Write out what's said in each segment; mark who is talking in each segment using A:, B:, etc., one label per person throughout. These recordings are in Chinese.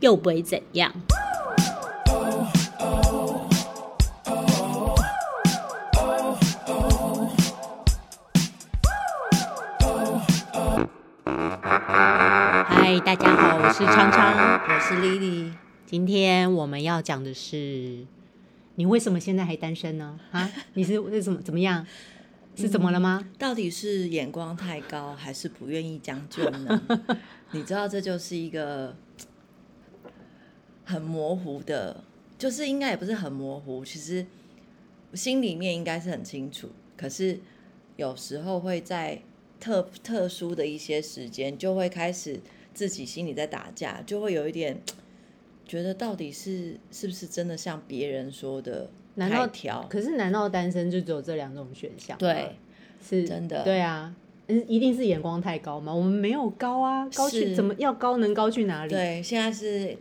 A: 又不会怎样。嗨，大家好，我是昌昌。
B: 我是 Lily，
A: 今天我们要讲的是，你为什么现在还单身呢？啊，你是为什么怎么样？是怎么了吗？
B: 到底是眼光太高，还是不愿意将就呢？ 你知道，这就是一个很模糊的，就是应该也不是很模糊，其实心里面应该是很清楚，可是有时候会在特特殊的一些时间，就会开始自己心里在打架，就会有一点觉得到底是是不是真的像别人说的
C: 难道
B: 太挑？
C: 可是难道单身就只有这两种选项？
B: 对，，
C: 是
B: 真的
C: 对啊，嗯，一定是眼光太高嘛？我们没有高啊，高去
B: 是
C: 怎么要高能高去哪里？
B: 对，现在是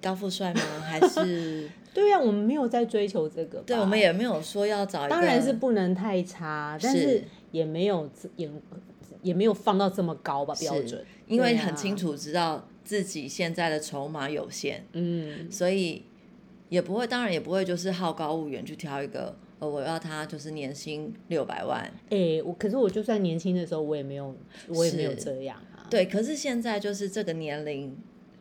B: 高富帅吗？还 是
C: 对啊，我们没有在追求这个吧。
B: 对？我们也没有说要找一个，
C: 当然是不能太差，但
B: 是
C: 是也没有这眼也没有放到这么高吧
B: 是
C: 标准。
B: 因为
C: 对啊
B: 很清楚知道自己现在的筹码有限，
C: 嗯，
B: 所以也不会，当然也不会就是好高骛远去挑一个，呃，我要他就是年薪六百万，
C: 哎、我可是我就算年轻的时候，我也没有，我也没有
B: 是
C: 这样啊。
B: 对。可是现在就是这个年龄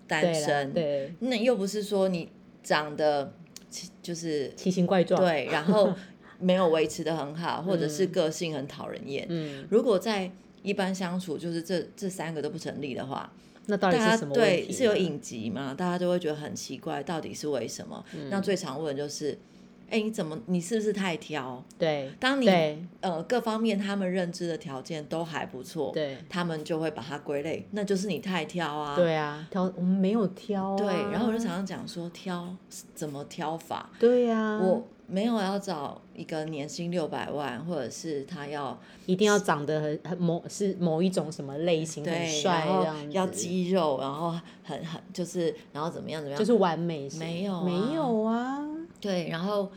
B: 单
C: 对啦，
B: 身，
C: 对，
B: 那又不是说你长得其就是
C: 奇形怪状。，
B: 对，然后没有维持的很好，或者是个性很讨人厌，
C: 嗯，
B: 如果在一般相处，就是这这三个都不成立的话，
C: 那到
B: 大
C: 底
B: 家
C: 是什么问题
B: 对
C: 呢？
B: 是有隐疾嘛？大家就会觉得很奇怪，到底是为什么？那
C: 嗯
B: 最常问的就是，哎、你怎么你是不是太挑？
C: 对
B: 当你
C: 对
B: 呃各方面他们认知的条件都还不错，
C: 对
B: 他们就会把它归类，那就是你太挑啊。
C: 对啊，挑我们没有挑、啊。
B: 对然后我就常常讲说挑怎么挑法，
C: 对呀、啊，
B: 我没有要找一个年薪六百万，或者是他要
C: 一定要长得很很某是某一种什么类型，很
B: 对，
C: 帅
B: 然
C: 这
B: 后
C: 样子，
B: 要肌肉，然后很很就是，然后怎么样怎么样，
C: 就是完美型，
B: 没有啊
C: 没有啊，
B: 对，然后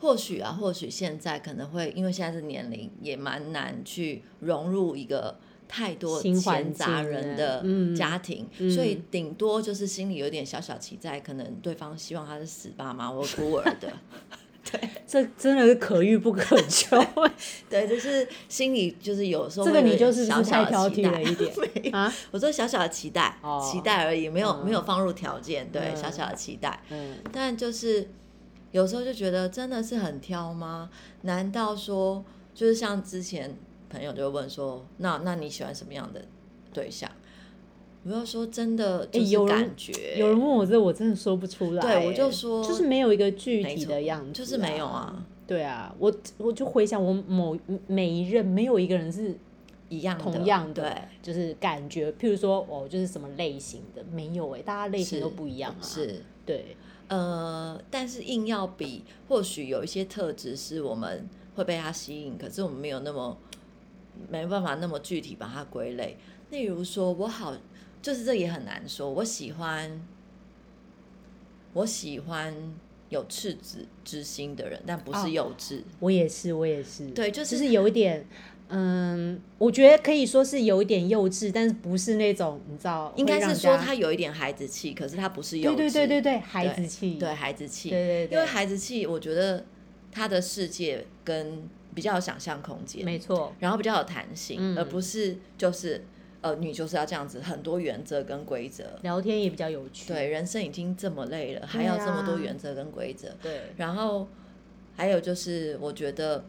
B: 或许啊，或许现在可能会因为现在这年龄也蛮难去融入一个太多
C: 新环
B: 闲杂
C: 境
B: 人
C: 啊
B: 的
C: 嗯
B: 家庭，
C: 嗯
B: 所以顶多就是心里有点小小期待，可能对方希望他是死爸妈或孤儿 的，
C: 这真的是可遇不可 求。
B: 对，就是心里就是有时候
C: 这
B: 会
C: 个
B: 有
C: 你
B: 点
C: 就是不
B: 小
C: 是
B: 小
C: 太
B: 的
C: 挑剔
B: 期待
C: 了一 点啊？
B: 我说小小的期待，
C: 哦
B: 期待而已，没有、没有放入条件，对，
C: 嗯
B: 小小的期待。
C: 嗯，
B: 但就是有时候就觉得真的是很挑吗？难道说就是像之前朋友就会问说，那那你喜欢什么样的对象？我要说真的就
C: 诶有
B: 是
C: 人
B: 感觉，
C: 有人问我这，我真的说不出来、
B: 对我就
C: 欸
B: 说
C: 就是没有一个具
B: 没
C: 体
B: 错
C: 的样子、
B: 就是没有。啊，
C: 对啊，我我就回想我某每一任，没有一个人是
B: 一样的，
C: 同样的
B: 对。
C: 就是感觉，譬如说哦，就是什么类型的没有哎、大家类型
B: 是
C: 都不一样啊。，
B: 是
C: 对，
B: 呃，但是硬要比，或许有一些特质是我们会被它吸引，可是我们没有那么没办法那么具体把它归类。例如说，我好，就是这也很难说。我喜欢，我喜欢有赤子之心的人，但不
C: 哦
B: 是幼稚。
C: 我也是，我也是。
B: 对就
C: 就是是有一点，嗯，我觉得可以说是有一点幼稚，但是不是那种你知道，
B: 应该
C: 会让
B: 是说
C: 人家
B: 他有一点孩子气，可是他不是幼
C: 对
B: 稚。
C: 对对对对，孩子气，
B: 对孩子气，
C: 对对对
B: 因为孩子气，我觉得他的世界跟比较有想象空间，
C: 没错，
B: 然后比较有弹性，
C: 嗯
B: 而不是就是呃，你就是要这样子，很多原则跟规则。
C: 聊天也比较有趣。
B: 对，人生已经这么累了，还要这么多原则跟规则。
C: 对，
B: 然后还有就是，我觉得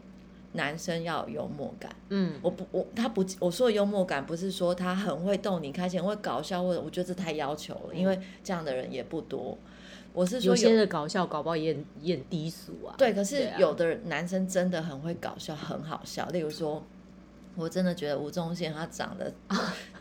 B: 男生要有幽默感。
C: 嗯，
B: 我不，我他不，我说的幽默感不是说他很会逗你开心，很会搞笑，或者我觉得这太要求了，因为这样的人也不多。我是
C: 有
B: 说
C: 些的搞笑搞不好也很也很低俗啊。
B: 对，可是
C: 啊
B: 有的男生真的很会搞笑，很好笑。例如说，我真的觉得吴宗宪他长 得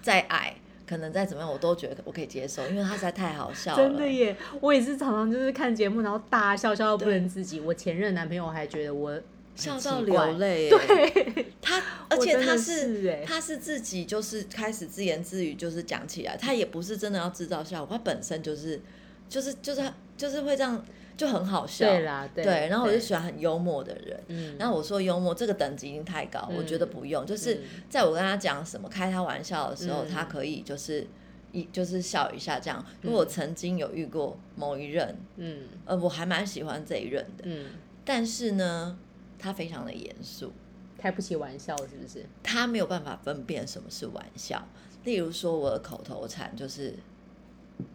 B: 再矮，可能再怎么样，我都觉得我可以接受，因为他实在太好笑了。
C: 真的耶！我也是常常就是看节目，然后大笑笑到不能自己。我前任男朋友还觉得我很
B: 笑
C: 奇
B: 到
C: 怪
B: 流，泪，对，他，而且
C: 真的
B: 他
C: 是欸
B: 他是自己就是开始自言自语，就是讲起来，他也不是真的要制造效果，他本身就是就是就是就是会这样，就很好笑，
C: 对啦对
B: 对，然后我就
C: 对
B: 喜欢很幽默的人，
C: 嗯，
B: 那我说幽默这个等级已经太高，我觉得不用。就是在我跟他讲什么开他玩笑的时候，
C: 嗯
B: 他可以就是一就是笑一下这样。因为我曾经有遇过某一任，
C: 嗯
B: 呃，我还蛮喜欢这一任的，
C: 嗯，
B: 但是呢，他非常的严肃，
C: 开不起玩笑是不是？
B: 他没有办法分辨什么是玩笑。例如说我的口头禅就是，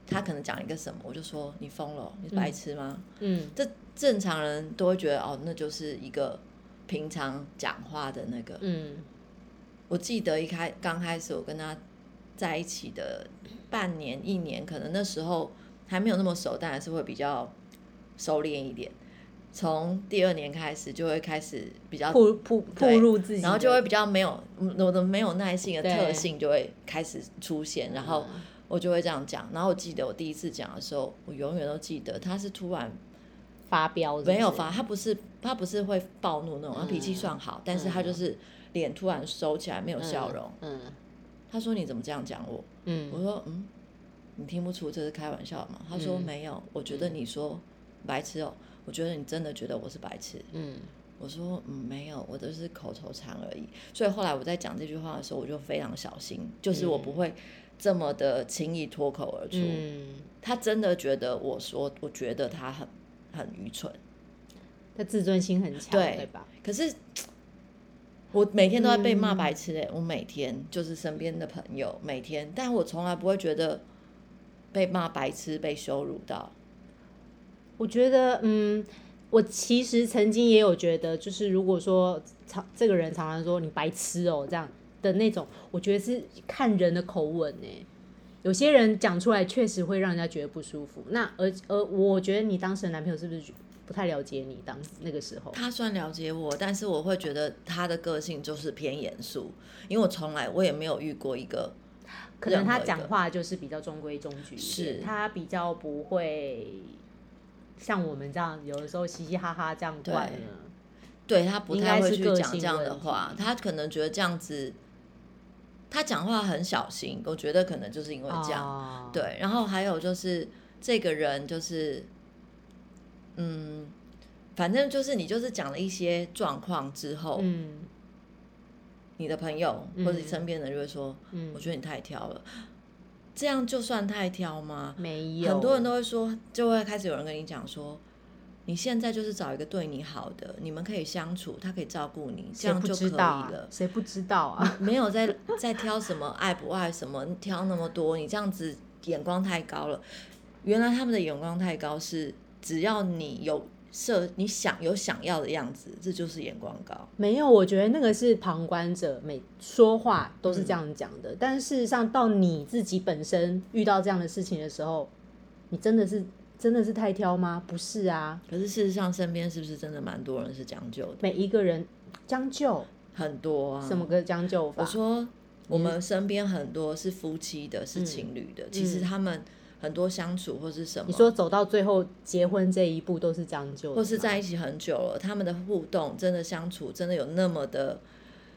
B: 他可能讲一个什么，我就说你疯了哦，你白痴吗？
C: 嗯
B: 这正常人都会觉得哦，那就是一个平常讲话的那个。
C: 嗯
B: 我记得一开刚开始我跟他在一起的半年一年，可能那时候还没有那么熟，但还是会比较收敛一点。从第二年开始就会开始比较
D: 暴暴暴
B: 对
D: 露自己的，
B: 然后就会比较没有嗯我的没有耐性的
D: 对
B: 特性就会开始出现，然后
D: 嗯
B: 我就会这样讲。然后我记得我第一次讲的时候，我永远都记得他是突然
C: 发飙是不是
B: 没有发，他不是他不是会暴怒那种，他脾气算
D: 嗯
B: 好，但是他就是脸突然收起来，没有笑容。
C: 嗯
B: 他说你怎么这样讲我？我
C: 嗯
B: 说嗯，你听不出这是开玩笑吗？他说
C: 嗯
B: 没有，我觉得你说白痴哦、我觉得你真的觉得我是白痴。
C: 嗯
B: 我说嗯没有，我都是口头禅而已。所以后来我在讲这句话的时候，我就非常小心，就是我不会这么的轻易脱口而出。
C: 嗯，
B: 他真的觉得我说，我觉得他很很愚蠢。
C: 他自尊心很强，
B: 对
C: 对吧？
B: 可是我每天都在被骂白痴嘞、我每天就是身边的朋友每天，但我从来不会觉得被骂白痴、被羞辱到。
C: 我觉得，嗯，我其实曾经也有觉得，就是如果说常这个人常常说你白痴哦、这样的那种，我觉得是看人的口吻呢、有些人讲出来确实会让人家觉得不舒服。那而而我觉得你当时的男朋友是不是不太了解你当那个时候？
B: 他算了解我，但是我会觉得他的个性就是偏严肃，因为我从来我也没有遇过一个
C: 可能他
B: 任何一个
C: 讲话就是比较中规中矩一点，
B: 是
C: 他比较不会像我们这样，有的时候嘻嘻哈哈这样啊惯
B: 对
C: 了。
B: 对他不
C: 应
B: 太
C: 该
B: 会
C: 是
B: 去
C: 个
B: 讲
C: 性
B: 这样
C: 问
B: 的
C: 题
B: 话，他可能觉得这样子，他讲话很小心，我觉得可能就是因为这样。
C: 哦，
B: 对，然后还有就是这个人就是，嗯，反正就是你就是讲了一些状况之后，
C: 嗯
B: 你的朋友或者你
C: 嗯
B: 身边的人就会说，
C: 嗯，
B: 我觉得你太挑了，这样就算太挑吗？
C: 没有，
B: 很多人都会说，就会开始有人跟你讲说。你现在就是找一个对你好的，你们可以相处，他可以照顾你，这
C: 谁
B: 样
C: 不
B: 就可以
C: 知道啊
B: 了，。
C: 谁不知道啊？
B: 没有在在挑什么爱不爱什么，挑那么多，你这样子眼光太高了。原来他们的眼光太高是，只要你有设你想有想要的样子，这就是眼光高。
C: 没有，我觉得那个是旁观者每说话都是这样讲的，但事实上到你自己本身遇到这样的事情的时候，你真的是真的是太挑吗？不是啊，
B: 可是事实上，身边是不是真的蛮多人是将就的？
C: 每一个人将就，
B: 很多啊。
C: 什么？个将就法？嗯
B: 我说我们身边很多是夫妻的，是情侣的，其实他们很多相处或是什么，
C: 嗯你说走到最后结婚这一步都是将就的吗，
B: 或是在一起很久了，他们的互动真的相处真的有那么的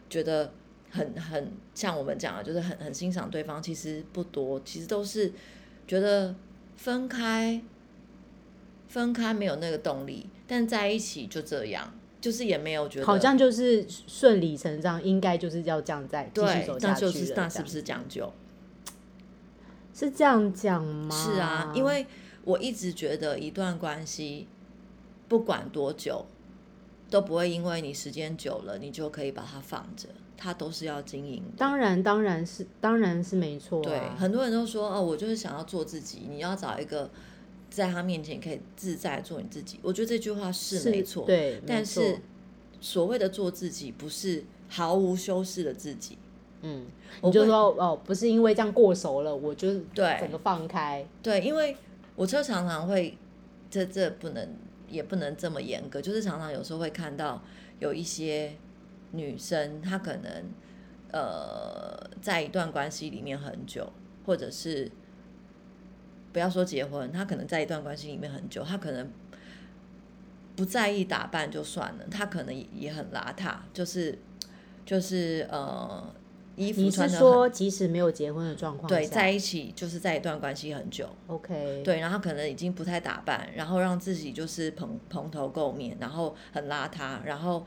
B: 觉得很很像我们讲的，就是很很欣赏对方，其实不多，其实都是觉得分开分开没有那个动力，但在一起就这样，就是也没有觉得
C: 好像就是顺理成章，应该就是要这样再继续
B: 对
C: 走，下
B: 那
C: 去
B: 就
C: 了
B: 是
C: 这
B: 那
C: 样
B: 是不是讲究？
C: 是这样讲吗？
B: 是啊，因为我一直觉得一段关系不管多久，都不会因为你时间久了，你就可以把它放着，它都是要经营的。
C: 当然当然是当然是没错、啊，
B: 对，很多人都说哦，我就是想要做自己，你要找一个在他面前可以自在做你自己。我觉得这句话是没错，
C: 对，没
B: 但
C: 错
B: 是所谓的做自己，不是毫无修饰的自己。
C: 嗯，
B: 我
C: 你就
B: 会
C: 说哦，不是因为这样过熟了，我就
B: 对
C: 整个放开，
B: 对，因为我就常常会，这这不能也不能这么严格，就是常常有时候会看到有一些女生，她可能呃在一段关系里面很久，或者是不要说结婚，她可能在一段关系里面很久，她可能。不在意打扮就算了，她可能也也很邋遢，就是就是呃，衣服
C: 你
B: 穿
C: 是
B: 的
C: 说即使没有结婚的状况
B: 对，
C: 下
B: 在一起就是在一段关系很久，
C: OK
B: 对，然后可能已经不太打扮，然后让自己就是蓬蓬头垢面，然后很邋遢，然后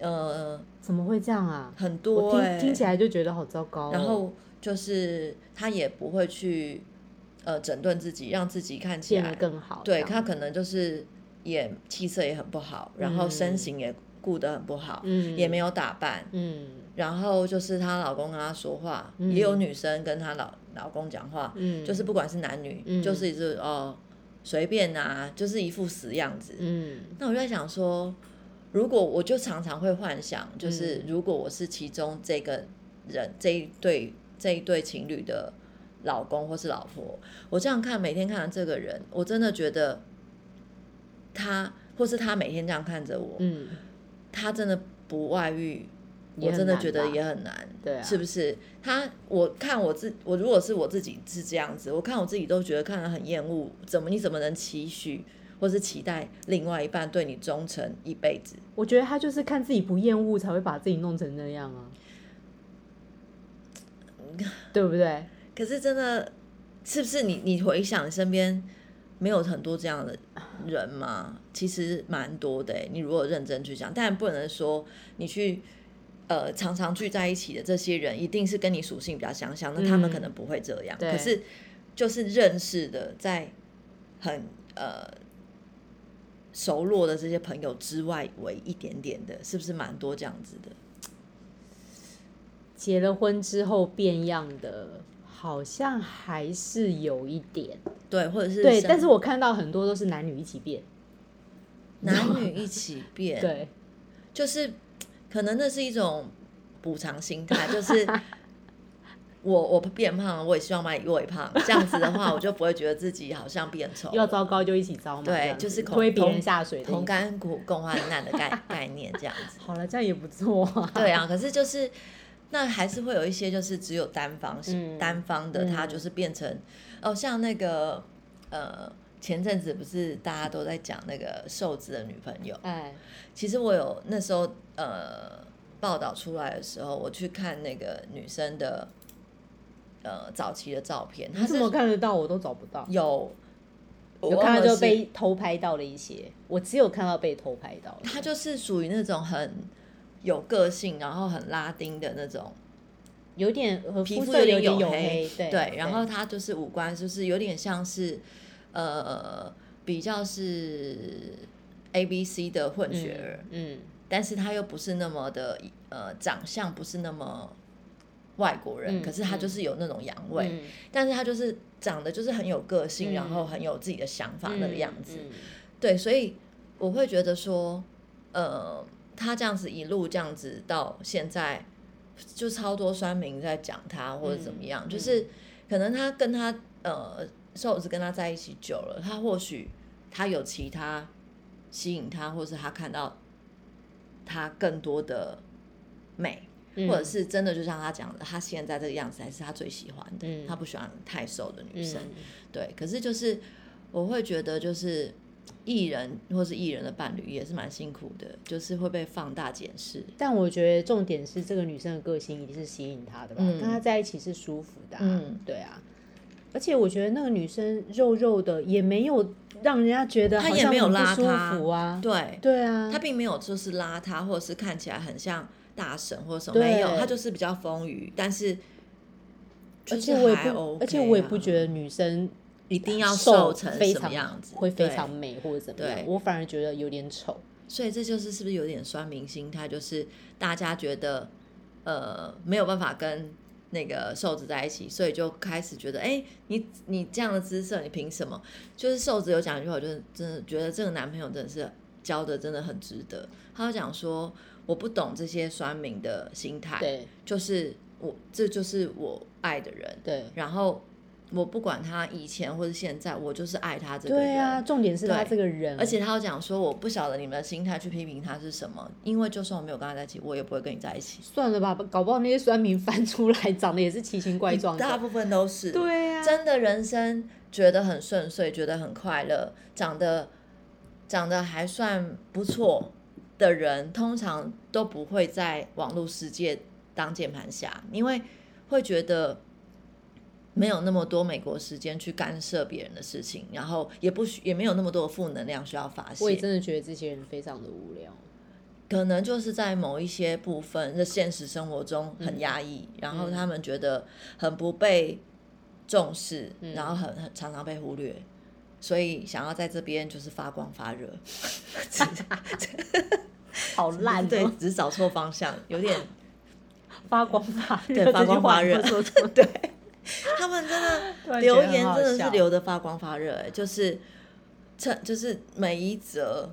B: 呃
C: 怎么会这样啊？
B: 很
C: 我
B: 多、
C: 听
B: 欸、
C: 听起来就觉得好糟糕哦、
B: 然后就是他也不会去呃整顿自己，让自己看起
C: 变得
B: 来
C: 更好这
B: 对
C: 样。
B: 他可能就是也气色也很不好，然后身形也顾得很不好，
C: 嗯
B: 也没有打扮，
C: 嗯
B: 然后就是她老公跟她说话，
C: 嗯
B: 也有女生跟她老老公讲话，
C: 嗯，
B: 就是不管是男女，
C: 嗯
B: 就是一直哦随便啊，就是一副死样子。
C: 嗯
B: 那我就在想说，如果我就常常会幻想，就是
C: 嗯
B: 如果我是其中这个人这一对这一对情侣的老公或是老婆，我这样看每天看着这个人，我真的觉得他或是他每天这样看着我，
C: 嗯，
B: 他真的不外遇，
C: 也
B: 我
C: 很
B: 真的
C: 难
B: 觉得
C: 吧
B: 也很难，
C: 对啊
B: 是不是？他我看我自我如果是我自己是这样子，我看我自己都觉得看得很厌恶，怎么你怎么能期许或是期待另外一半对你忠诚一辈子？
C: 我觉得他就是看自己不厌恶，才会把自己弄成那样 啊，对不对？
B: 可是真的是不是你你回想身边没有很多这样的人吗？其实蛮多的、欸，你如果认真去想，但不能说你去。呃，常常聚在一起的这些人，一定是跟你属性比较相像，那他们
C: 嗯
B: 可能不会这样。
C: 对
B: 可是就是认识的，在很呃熟络的这些朋友之外，为一点点的，是不是蛮多这样子的？
C: 结了婚之后变样的，好像还是有一点。
B: 对，或者是
C: 对，
B: 像
C: 但是我看到很多都是男女一起变。
B: 男女一起 变，
C: 对，
B: 就是可能那是一种补偿心态， 就是我我变胖了，我也希望把你喂胖，这样子的话，我就不会觉得自己好像变 丑了，
C: 要糟哦糕就一起糟嘛。
B: 对
C: 这样子
B: 就是同
C: 推别人下水的意思
B: 同。甘苦共患难的 概概念这样子。
C: 好了，这样也不错啊。
B: 对啊，可是就是那还是会有一些就是只有单方、
C: 嗯
B: 单方的，
C: 嗯
B: 他就是变成、哦，像那个呃。前阵子不是大家都在讲那个瘦子的女朋友，
C: 哎，
B: 其实我有那时候呃报道出来的时候，我去看那个女生的呃早期的照片，她
C: 你怎
B: 是
C: 么看得到？我都找不到。
B: 有我
C: 有看
B: 忘
C: 到
B: 了
C: 就是被偷拍到了一些，我只有看到被偷拍到了。
B: 她就是属于那种很有个性，然后很拉丁的那种，
C: 有点呃
B: 皮
C: 肤
B: 肤
C: 色
B: 点
C: 点黝
B: 黝
C: 黑，对
B: 对，然后她就是五官就是有点像是呃比较是 A B C 的混血儿，
C: 嗯
B: 但是他又不是那么的呃，长相不是那么外国人，
C: 嗯
B: 可是他
C: 嗯
B: 就是有那种洋味，
C: 嗯，
B: 但是他就是长得就是很有个性，
C: 嗯
B: 然后很有自己的想法
C: 嗯
B: 的样子，
C: 嗯
B: 对，所以我会觉得说，呃，他这样子一路这样子到现在，就超多酸民在讲他或者怎么样，
C: 嗯
B: 就是可能他跟他呃瘦子跟他在一起久了，他或许他有其他吸引他，或是他看到他更多的美，
C: 嗯
B: 或者是真的就像他讲的，他现在这个样子才是他最喜欢的，
C: 嗯
B: 他不喜欢太瘦的女
C: 嗯
B: 生。对，可是就是我会觉得，就是艺人或是艺人的伴侣也是蛮辛苦的，就是会被放大检视。
C: 但我觉得重点是这个女生的个性一定是吸引他的吧，
B: 嗯
C: 跟他在一起是舒服的、啊，
B: 嗯
C: 对啊。而且我觉得那个女生肉肉的，也没有让人家觉得
B: 她
C: 好
B: 也
C: 像
B: 没有
C: 很不
B: 邋
C: 舒
B: 遢
C: 服啊，
B: 对，
C: 对啊，
B: 他并没有就是邋遢，或者是看起来很像大神或者什么，
C: 对
B: 没有，他就是比较丰腴，但是
C: 而
B: 就是
C: 且我也
B: 还
C: 不
B: OK，、啊、
C: 而且我也不觉得女生
B: 一定要
C: 瘦
B: 成
C: 非
B: 什么
C: 常
B: 样子
C: 会非
B: 对
C: 常美或者怎么
B: 对
C: 样，我反而觉得有点丑，
B: 所以这就是是不是有点酸民心态，就是大家觉得呃没有办法跟那个瘦子在一起，所以就开始觉得，哎、你你这样的姿色，你凭什么？就是瘦子有讲一句话，我就是真的觉得这个男朋友真的是交的真的很值得。他就讲说，我不懂这些酸民的心态，
C: 对
B: 就是我这就是我爱的人，
C: 对
B: 然后我不管他以前或者现在，我就是爱他这个人。
C: 对啊，重点是他
B: 对
C: 这个人，
B: 而且他有讲说，我不晓得你们的心态去批评他是什么，因为就算我没有跟他在一起，我也不会跟你在一起。
C: 算了吧，搞不好那些酸民翻出 来长得也是奇形怪状
B: 大
C: 的，
B: 部分都是
C: 对啊，
B: 真的人生觉得很顺遂，觉得很快乐，长得长得还算不错的人，通常都不会在网络世界当键盘侠，因为会觉得。没有那么多美国时间去干涉别人的事情，然后也不需也没有那么多的负能量需要发泄。
C: 我也真的觉得这些人非常的无聊。
B: 可能就是在某一些部分的现实生活中
C: 嗯
B: 很压抑，然后他们觉得很不被重视，
C: 嗯
B: 然后很很常常被忽略，所以想要在这边就是发光发 热，
C: 好烂、哦，
B: 对，只是找错方向，有点
C: 发光发热，
B: 对发光发热
C: 这句话有没有说 错对，
B: 他们真
C: 突然觉得
B: 的留
C: 很
B: 言
C: 好
B: 真的
C: 笑
B: 是留的发光发热、欸，就是这就是每 一则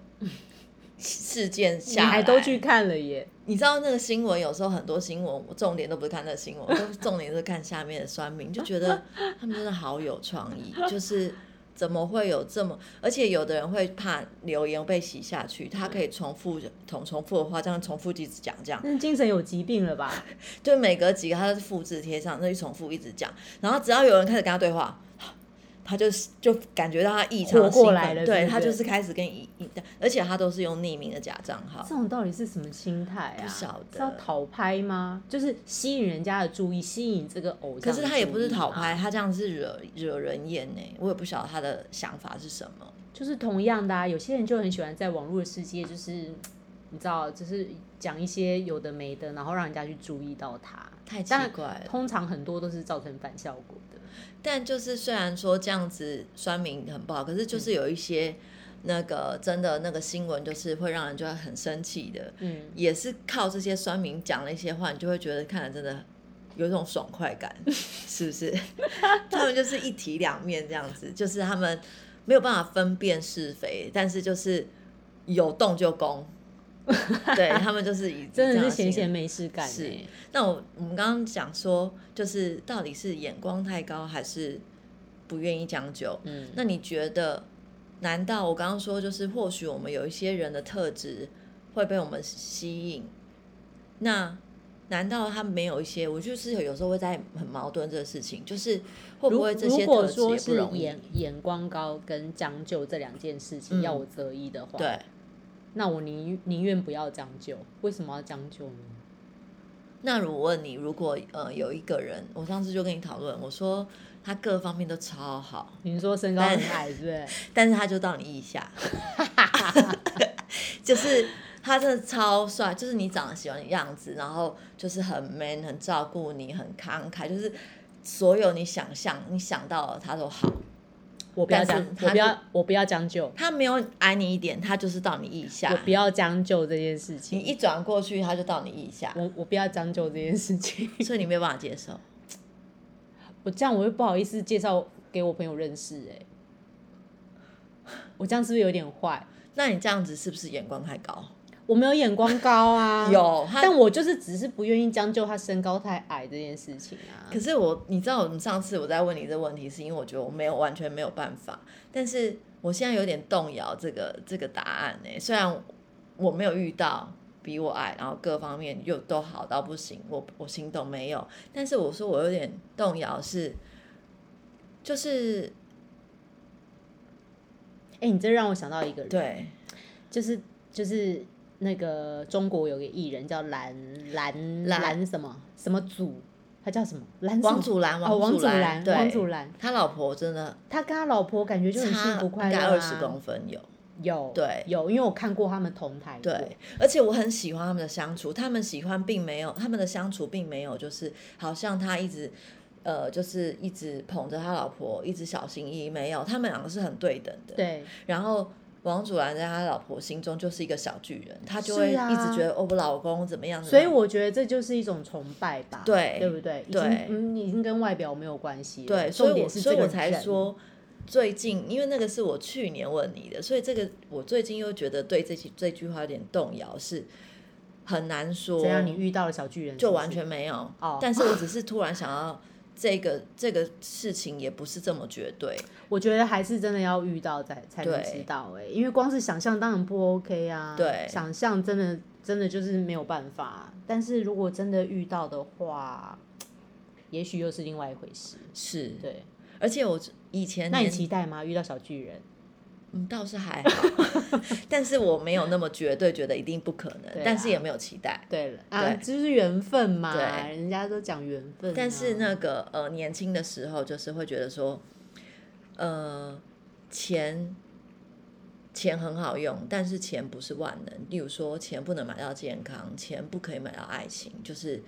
B: 事件
C: 你
B: 下来，
C: 还都去看了耶，
B: 你知道那个新闻，有时候很多新闻，我重点都不是看那个新闻， 我都重点是看下面的酸 民，就觉得他们真的好有创意，就是怎么会有这么，而且有的人会怕留言被洗下去，他可以重复重重复的话，这样重复一直讲，这样
C: 那精神有疾病了 吧？
B: 就每隔几个他都是复制贴上，那就重复一直讲，然后只要有人开始跟他对话。他就就感觉到他异常
C: 活过
B: 兴奋
C: 来了
B: 对
C: 是不
B: 他
C: 是
B: 就是开始跟你，而且他都是用匿名的假账号
C: 这，种到底是什么心态啊？
B: 不晓得
C: 是要讨拍吗？就是吸引人家的注意，吸引这个偶像。
B: 可是他也不是讨拍，，他这样啊是惹惹人厌呢、我也不晓得他的想法是什么。
C: 就是同样的啊。有些人就很喜欢在网络的世界，就是你知道，就是讲一些有的没的，然后让人家去注意到他。
B: 太奇
C: 但
B: 怪了
C: 通常很多都是造成反效果的。
B: 但就是虽然说这样子酸民很不好，可是就是有一些那个真的那个新闻，就是会让人觉得很生气的，
C: 嗯，
B: 也是靠这些酸民讲了一些话，你就会觉得看了真的。有一种爽快感，是不是？ 他们就是一体两面这样子，就是他们没有办法分辨是非，但是就是有动 就攻，对他们就是以
C: 真的
B: 这样
C: 是
B: 心
C: 闲闲
B: 态
C: 没事干、
B: 是
C: 欸。，
B: 那我我们刚刚讲说，就是到底是眼光太高，还是不愿意将就？
C: 嗯，
B: 那你觉得，难道我刚刚说，就是或许我们有一些人的特质会被我们吸引？那难道他没有一些？我就是有时候会在很矛盾这个事情，就是会
C: 如
B: 不会这
C: 如
B: 些
C: 果
B: 特质
C: 说
B: 也不
C: 是
B: 容易？
C: 眼眼光高跟将就这两件事情
B: 嗯
C: 要我择一的话，
B: 对，
C: 那我宁宁愿不要将就。为什么要将就呢？
B: 那如果我问你，如果呃有一个人，我上次就跟你讨论，我说他各方面都超好，
C: 你说身高很矮是不是？
B: 但是他就到你腋下，就是他真的超帅，就是你长得喜欢的样子，然后就是很 man，很照顾你，很慷慨，就是所有你想象你想到的他都好。
C: 我不要
B: 但
C: 将
B: 是，他
C: 我不
B: 是
C: 要，我不要将就，
B: 他没有矮你一点，他就是到你腋下
C: 我。不要将就这件事
B: 你
C: 情。
B: 一转过去，他就到你腋下，
C: 我我不要将就这件事情，
B: 所以你没有办法接受。
C: 我这样我会不好意思介绍给我朋友认识哎、我这样是不是有点坏？
B: 那你这样子是不是眼光太高？
C: 我没有眼光高啊，，
B: 有，他
C: 但我就是只是不愿意将就他身高太矮这件事情啊。
B: 可是我，你知道，我们上次我在问你这个问题，是因为我觉得我没有完全没有办法，但是我现在有点动摇这个这个答案呢、虽然我没有遇到比我矮，然后各方面又都好到不行，我我行动没有，但是我说我有点动摇是，就是
C: 哎、你这让我想到一个人，，
B: 对
C: 就是就是那个中国有个艺人叫蓝蓝
B: 蓝
C: 蓝什么什么祖，他叫什么蓝什么
B: 王祖蓝，
C: 哦王
B: 祖
C: 祖蓝
B: 蓝，对，
C: 王祖蓝，
B: 他老婆真的
C: 他跟他老婆感觉就很幸
B: 差
C: 福
B: 应
C: 快乐、
B: 该
C: 啊，
B: 二十公分有。
C: 有
B: 对
C: 有，因为我看过他们同台过
B: 对，而且我很喜欢他们的相处，他们喜欢并没有他们的相处并没有就是好像他一直呃就是一直捧着他老婆，一直小心翼翼，没有，他们两个是很对等的。
C: 对
B: 然后王祖蓝在他老婆心中就是一个小巨人，他就是会一
C: 啊
B: 直觉得、哦我老公怎么样，
C: 所以
B: 怎么样
C: 我觉得这就是一种崇拜吧，
B: 对
C: 对不对？已经
B: 对
C: 嗯，已经跟外表没有关系了，
B: 对，所
C: 重
B: 以我
C: 点是
B: 所
C: 这
B: 以
C: 个
B: 我才
C: 人
B: 说。最近，因为那个是我去年问你的，所以这个我最近又觉得对这句这句话有点动摇，是很难说。
C: 怎样你遇到了小巨人
B: 就是
C: 不
B: 完
C: 是
B: 全没有。
C: 哦
B: 但是我只是突然想要，这个这个事情也不是这么绝对。
C: 我觉得还是真的要遇到才才能
B: 对
C: 知道哎、因为光是想象当然不 OK 啊。
B: 对
C: 想象真的真的就是没有办法。但是如果真的遇到的话，也许又是另外一回事。
B: 是，
C: 对，
B: 而且我以前
C: 那你
B: 年
C: 期待吗？遇到小巨人？
B: 嗯倒是还好， 但是我没有那么绝对，觉得一定不可能，
C: 对啊
B: 但是也没有期待。
C: 对了啊，
B: 对
C: 这就是缘分嘛，
B: 对
C: 人家都讲缘分、啊
B: 但是，那个呃，年轻的时候就是会觉得说，呃，钱钱很好用，但是钱不是万能。例如说，钱不能买到健康，钱不可以买到爱情。就是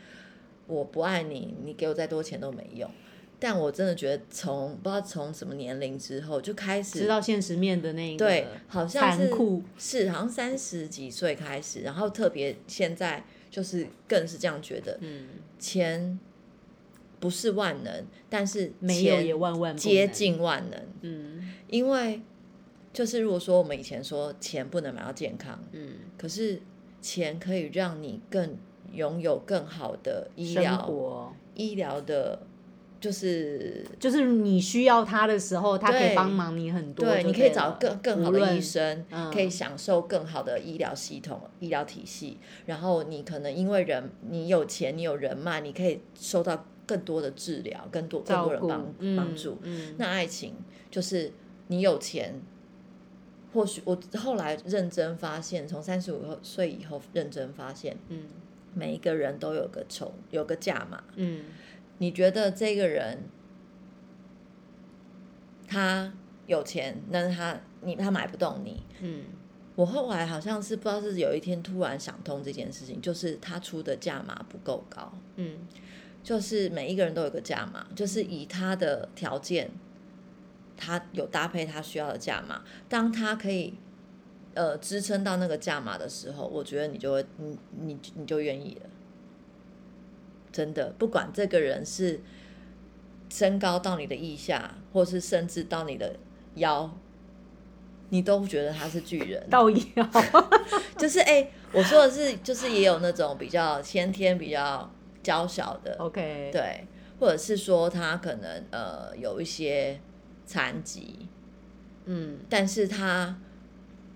B: 我不爱你，你给我再多钱都没用。但我真的觉得从，不知道从什么年龄之后就开始
C: 知道现实面的那一个
B: 对，好像
C: 残
B: 是
C: 酷
B: 是好像三十几岁开始，然后特别现在就是更是这样觉得，
C: 嗯，
B: 钱不是万能，但是
C: 没有
B: 钱
C: 也万万不
B: 接
C: 能，
B: 近万能，
C: 嗯
B: 因为就是如果说我们以前说钱不能买到健康，
C: 嗯，
B: 可是钱可以让你更拥有更好的医
C: 生
B: 疗
C: 活
B: 医疗的，就是
C: 就是你需要他的时候，他可以
B: 对
C: 帮忙你很多就
B: 对，
C: 对了，
B: 你可以找更更好
C: 无
B: 的
C: 论
B: 医生，
C: 嗯
B: 可以享受更好的医疗系统、医疗体系。然后你可能因为人，你有钱，你有人脉，你可以收到更多的治疗，更多更
C: 照
B: 多人
C: 顾
B: 帮、
C: 嗯
B: 帮助。
C: 嗯，
B: 那爱情就是你有钱，或许我后来认真发现，从三十五岁以后认真发现，
C: 嗯
B: 每一个人都有个筹，有个价码。
C: 嗯
B: 你觉得这个人他有钱，但是他你他买不动你。
C: 嗯
B: 我后来好像是不知道是有一天突然想通这件事情，就是他出的价码不够高，
C: 嗯
B: 就是每一个人都有个价码，就是以他的条件，他有搭配他需要的价码，当他可以。呃，支撑到那个价码的时候，我觉得你就会，你你你就愿意了。真的，不管这个人是身高到你的腋下，或是甚至到你的腰，你都觉得他是巨人。
C: 到一样，
B: 就是哎、我说的是，就是也有那种比较先天比较娇小 的
C: OK，，
B: 对，或者是说他可能呃有一些残疾，
C: 嗯
B: 但是他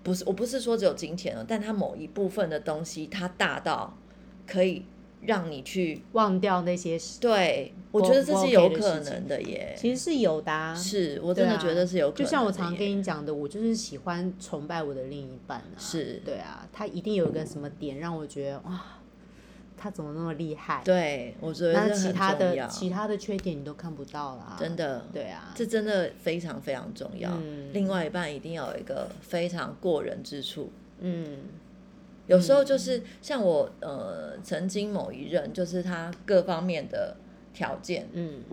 B: 不是，我不是说只有金钱哦，但他某一部分的东西，他大到可以让你去。
C: 忘掉那些事，
B: 对，我
C: 不
B: 觉得这
C: 不
B: 是
C: OK
B: 有
C: 的
B: 可
C: 事情
B: 能的耶。
C: 其实是有的、啊，
B: 是我
C: 对
B: 真的
C: 啊
B: 觉得是有可能的
C: 就
B: 耶，
C: 像我常跟你讲的，我就是喜欢崇拜我的另一半啊。
B: 是
C: 对啊，他一定有一个什么点让我觉得哇，他怎么那么厉害？，
B: 对，我觉得
C: 那
B: 这
C: 其
B: 很
C: 他
B: 重
C: 的
B: 要
C: 其他的缺点你都看不到啦。
B: 真，的，
C: 对啊，
B: 这真的非常非常重要。
C: 嗯
B: 另外一半一定要有一个非常过人之处。
C: 嗯
B: 有时候就是像我呃，曾经某一任，就是他各方面的条件，
C: 嗯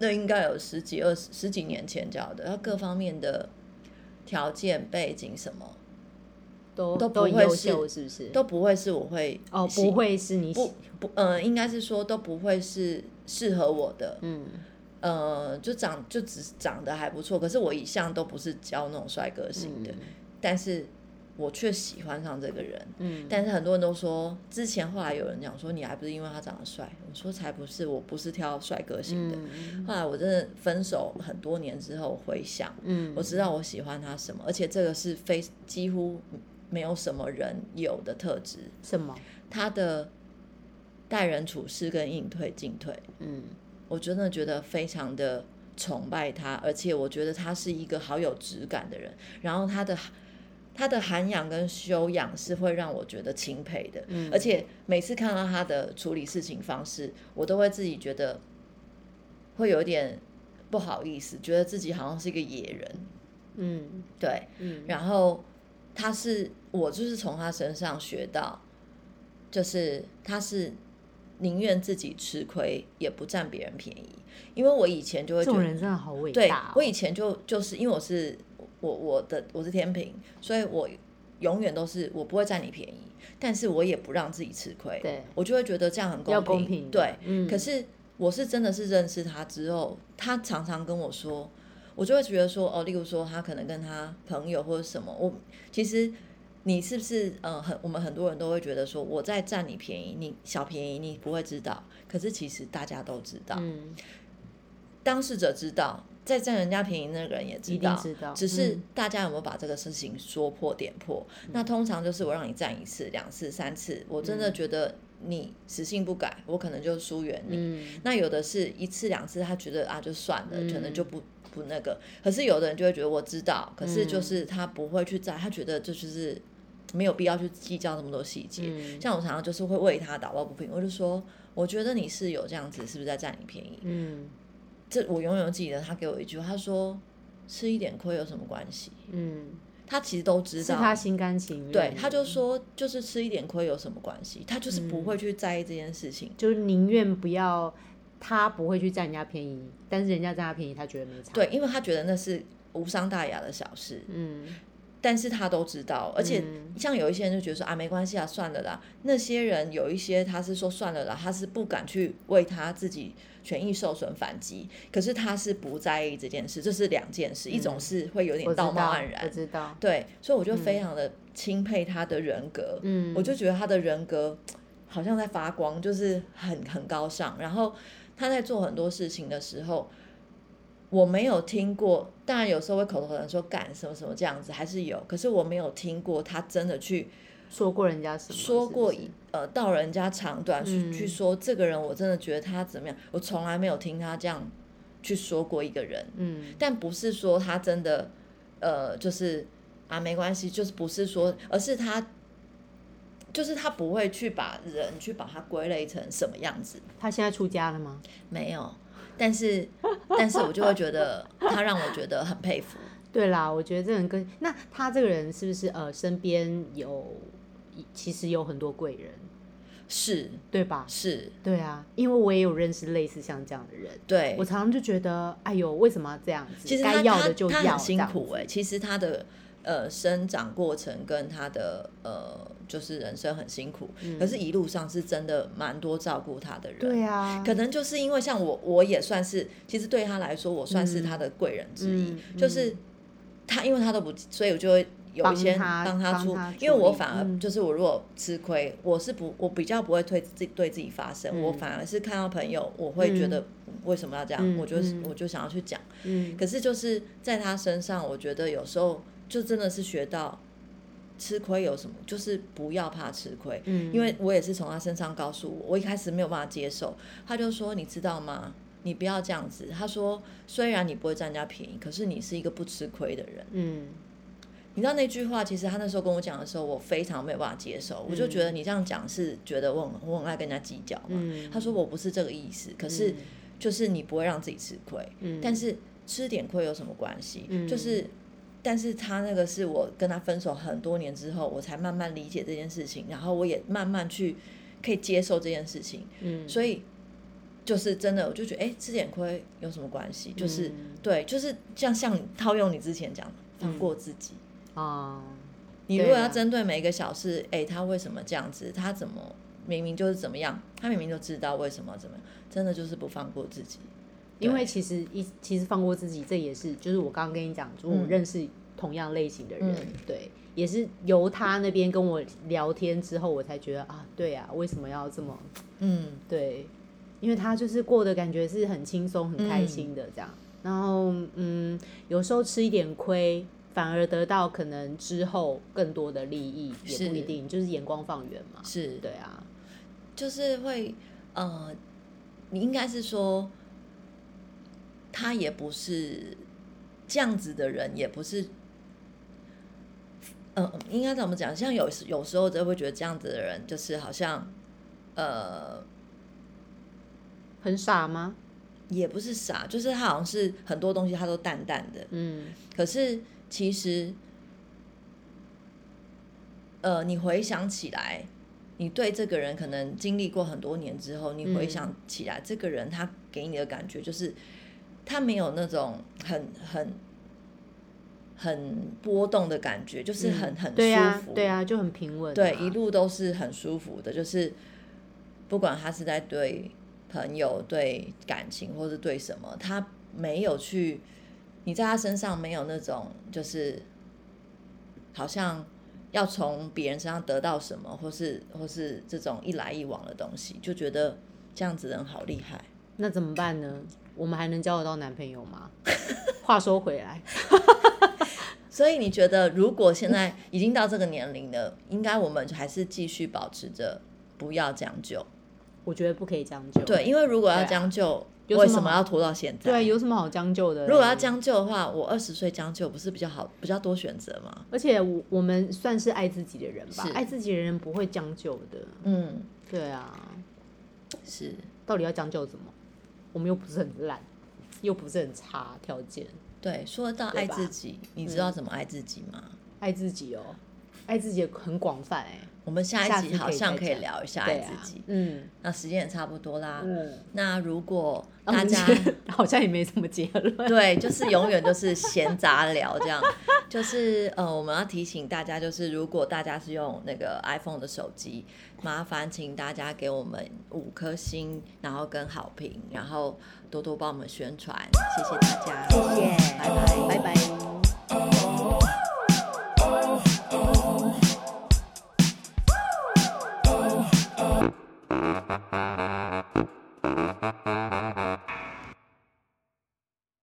B: 那应该有十几二十十几年前教的，他各方面的条件、背景什么
C: 都
B: 都不
C: 很
B: 会
C: 优
B: 是
C: 秀，是不是？
B: 都不会是我会
C: 哦，
B: 喜
C: 不会是你
B: 不
C: 喜
B: 不呃，应该是说都不会是适合我的。
C: 嗯
B: 呃，就长就只是长得还不错，可是我一向都不是教那种帅哥
C: 嗯
B: 型的，但是我却喜欢上这个人。
C: 嗯，
B: 但是很多人都说，之前后来有人讲说，你还不是因为他长得帅？我说才不是，我不是挑帅哥型的。
C: 嗯
B: 后来我真的分手很多年之后回想，
C: 嗯，
B: 我知道我喜欢他什么，而且这个是非几乎没有什么人有的特质，
C: 什么？
B: 他的待人处事跟应退进退。
C: 嗯
B: 我真的觉得非常的崇拜他，而且我觉得他是一个好有质感的人，然后他的他的涵养跟修养是会让我觉得钦佩的，
C: 嗯
B: 而且每次看到他的处理事情方式，我都会自己觉得会有点不好意思，觉得自己好像是一个野人，
C: 嗯
B: 对，
C: 嗯，
B: 然后他是我就是从他身上学到，就是他是宁愿自己吃亏，也不占别人便宜。因为我以前就会
C: 这
B: 觉
C: 种
B: 得，
C: 人真的好伟
B: 对
C: 大、哦。
B: 我以前就就是因为我是我我的我是天平，所以我永远都是我不会占你便宜，但是我也不让自己吃亏。
C: 对
B: 我就会觉得这样很公
C: 要
B: 平。
C: 公平的
B: 对，
C: 嗯
B: 可是我是真的是认识他之后，他常常跟我说，我就会觉得说，哦，例如说他可能跟他朋友或者什么，我其实你是不是呃很我们很多人都会觉得说我在占你便宜，你小便宜你不会知道，可是其实大家都知道，
C: 嗯
B: 当事者知道。在占人家便宜那个人也知
C: 一定
B: 道，
C: 知道
B: 只是
C: 嗯
B: 大家有没有把这个事情说破点破？那通常就是我让你占一次、两次、三次，我
C: 嗯
B: 真的觉得你死性不改，我可能就疏远你。
C: 嗯
B: 那有的是一次两次，他觉得啊就算了，
C: 嗯
B: 可能就不不那个。可是有的人就会觉得我知道，可是就
C: 嗯
B: 是他不会去在，他觉得这就是没有必要去计较那么多细节。
C: 嗯
B: 像我常常就是会为他打抱不平，我就说我觉得你是有这样子，是不是在占你便宜？
C: 嗯
B: 这我永远记得他给我一句话，他说吃一点亏有什么关系？
C: 嗯
B: 他其实都知
C: 是
B: 道，
C: 他心甘情愿。
B: 对，他就说就是吃一点亏有什么关系？他就是不
C: 嗯
B: 会去在意这件事情。
C: 就是宁愿不要，他不会去占人家便宜，但是人家占他便宜，他觉得没差。
B: 对，，因为他觉得那是无伤大雅的小事，
C: 嗯，
B: 但是他都知道。而且
C: 嗯
B: 像有一些人就觉得说啊，没关系啊，算了啦。那些人有一些他是说算了啦，他是不敢去为他自己权益受损反击，可是他是不在意这件事，这是两件事，一种是会有
C: 嗯我
B: 点
C: 知
B: 道
C: 道，
B: 貌岸
C: 我
B: 然，
C: 知嗯道。
B: 对，所以我就非常的钦佩他的人格，
C: 嗯，
B: 我就觉得他的人格好像在发光，就是很很高尚。然后他在做很多事情的时候，我没有听过，当然有时候会口头上说干什么什么这样子，还是有，可是我没有听过他真的去
C: 说过人家什么，
B: 说过
C: 哦是不是
B: 呃到人家长短去、
C: 嗯
B: 去说这个人，我真的觉得他怎么样，我从来没有听他这样去说过一个人。
C: 嗯，
B: 但不是说他真的，呃，就是啊，没关系，就是不是说，而是他，就是他不会去把人去把它归类成什么样子，
C: 他现在出家了吗？
B: 没有。但是， 但是我就会觉得他让我觉得很佩服。
C: 对啦，我觉得这个人跟那他这个人是不是呃身边有其实有很多贵人，
B: 是
C: 对吧？
B: 是，
C: 对啊，因为我也有认识类似像这样的人，
B: 对
C: 我，常常就觉得，哎呦，为什么要这样子？
B: 其实
C: 该
B: 他
C: 要
B: 他
C: 的就
B: 他
C: 要，
B: 很辛苦哎、
C: 哎、
B: 其实他的呃生长过程跟他的呃就是人生很辛苦，可是一路上是真的蛮多照顾他的人。
C: 嗯对啊，
B: 可能就是因为像我，我也算是，其实对他来说，我算是他的贵人之一，
C: 嗯嗯
B: 就是他，因为他都不，所以我就会有一些
C: 帮他
B: 帮他
C: 帮
B: 出，
C: 他处
B: 因为我
C: 理
B: 反而
C: 嗯
B: 就是我如果吃亏，我是不，我比较不会对自己对自己发声，我
C: 嗯
B: 反而是看到朋友，我会觉得嗯为什么要这样，
C: 嗯
B: 我就是
C: 嗯
B: 我就想要去讲，
C: 嗯，
B: 可是就是在他身上，我觉得有时候就真的是学到。吃亏有什么？就是不要怕吃亏，
C: 嗯
B: 因为我也是从他身上告诉我，我一开始没有办法接受，他就说你知道吗？你不要这样子。他说虽然你不会占人家便宜，可是你是一个不吃亏的人。
C: 嗯
B: 你知道那句话，其实他那时候跟我讲的时候，我非常没有办法接受，我就觉得你这样讲是觉得我很我很爱跟人家计较嘛。
C: 嗯
B: 他说我不是这个意思，可是就是你不会让自己吃亏，
C: 嗯
B: 但是吃点亏有什么关系？
C: 嗯
B: 就是，但是他那个是我跟他分手很多年之后，我才慢慢理解这件事情，然后我也慢慢去可以接受这件事情，
C: 嗯，
B: 所以就是真的，我就觉得哎、诶吃点亏有什么关系？就是、
C: 嗯
B: 对，就是像像你套用你之前讲的，放过自己。
C: 啊、
B: 你如果
C: 对
B: 要
C: 啊
B: 针对每一个小事，哎、他为什么这样子？他怎么明明就是怎么样？他明明就知道为什么怎么样，真的就是不放过自己。
C: 因为其实一其实放过自己，这也是就是我刚刚跟你讲，就是我
B: 嗯
C: 认识同样类型的人，
B: 嗯
C: 对，也是由他那边跟我聊天之后，我才觉得啊，对啊，为什么要这么
B: 嗯，
C: 对？因为他就是过的感觉是很轻松、很开心的这样，然后嗯，有时候吃一点亏。反而得到可能之后更多的利益，也不
B: 是
C: 一定，就是眼光放远嘛。
B: 是
C: 对啊，
B: 就是会，呃，你应该是说，他也不是这样子的人，也不是，呃，应该怎么讲？像有时有时候就会觉得这样子的人，就是好像，呃，
C: 很傻吗？
B: 也不是傻，就是他好像是很多东西他都淡淡的，
C: 嗯
B: 可是其实，呃，你回想起来，你对这个人可能经历过很多年之后，你回想起来，这个人他给你的感觉就是，他没有那种很很很波动的感觉，就是很、
C: 嗯
B: 很舒服，
C: 对啊，对啊，就很平稳啊、
B: 对，一路都是很舒服的，就是不管他是在对朋友、对感情，或是对什么，他没有去，你在他身上没有那种就是好像要从别人身上得到什么，或是或是这种一来一往的东西，就觉得这样子的人好厉害。
C: 那怎么办呢？我们还能交得到男朋友吗？ 话说回来，
B: 所以你觉得，如果现在已经到这个年龄了，应该我们还是继续保持着不要将就。
C: 我觉得不可以将就。
B: 对，因为如果要
C: 对啊
B: 将就，
C: 有
B: 为
C: 什么
B: 什么
C: 好
B: 要拖到现在？
C: 对，有什么好将就的嘞？
B: 如果要将就的话，我二十岁将就不是比较好，比较多选择吗？
C: 而且我我们算是爱自己的人吧
B: 是，
C: 爱自己的人不会将就的。
B: 嗯，
C: 对啊，
B: 是
C: 到底要将就什么？我们又不是很烂，又不是很差条件。
B: 对。说到
C: 对
B: 爱
C: 吧嗯
B: 自己，你知道怎么爱自己吗？
C: 爱自己哦，爱自己很广泛哎、
B: 我们下
C: 下
B: 一
C: 次
B: 集好
C: 可以
B: 像
C: 再
B: 可以
C: 讲
B: 聊一下
C: 对
B: 爱
C: 啊
B: 自己。
C: 嗯，
B: 那时间也差不多啦。
C: 嗯
B: 那如果
C: 啊我
B: 大
C: 们
B: 家、
C: 今天好像也没什么结 论，
B: 对，就是永远都是闲杂聊这样。就是呃，我们要提醒大家，就是如果大家是用那个 iPhone 的手机，麻烦请大家给我们五颗星，然后跟好评，然后多多帮我们宣传，谢谢大家，
C: 谢谢
B: 拜拜。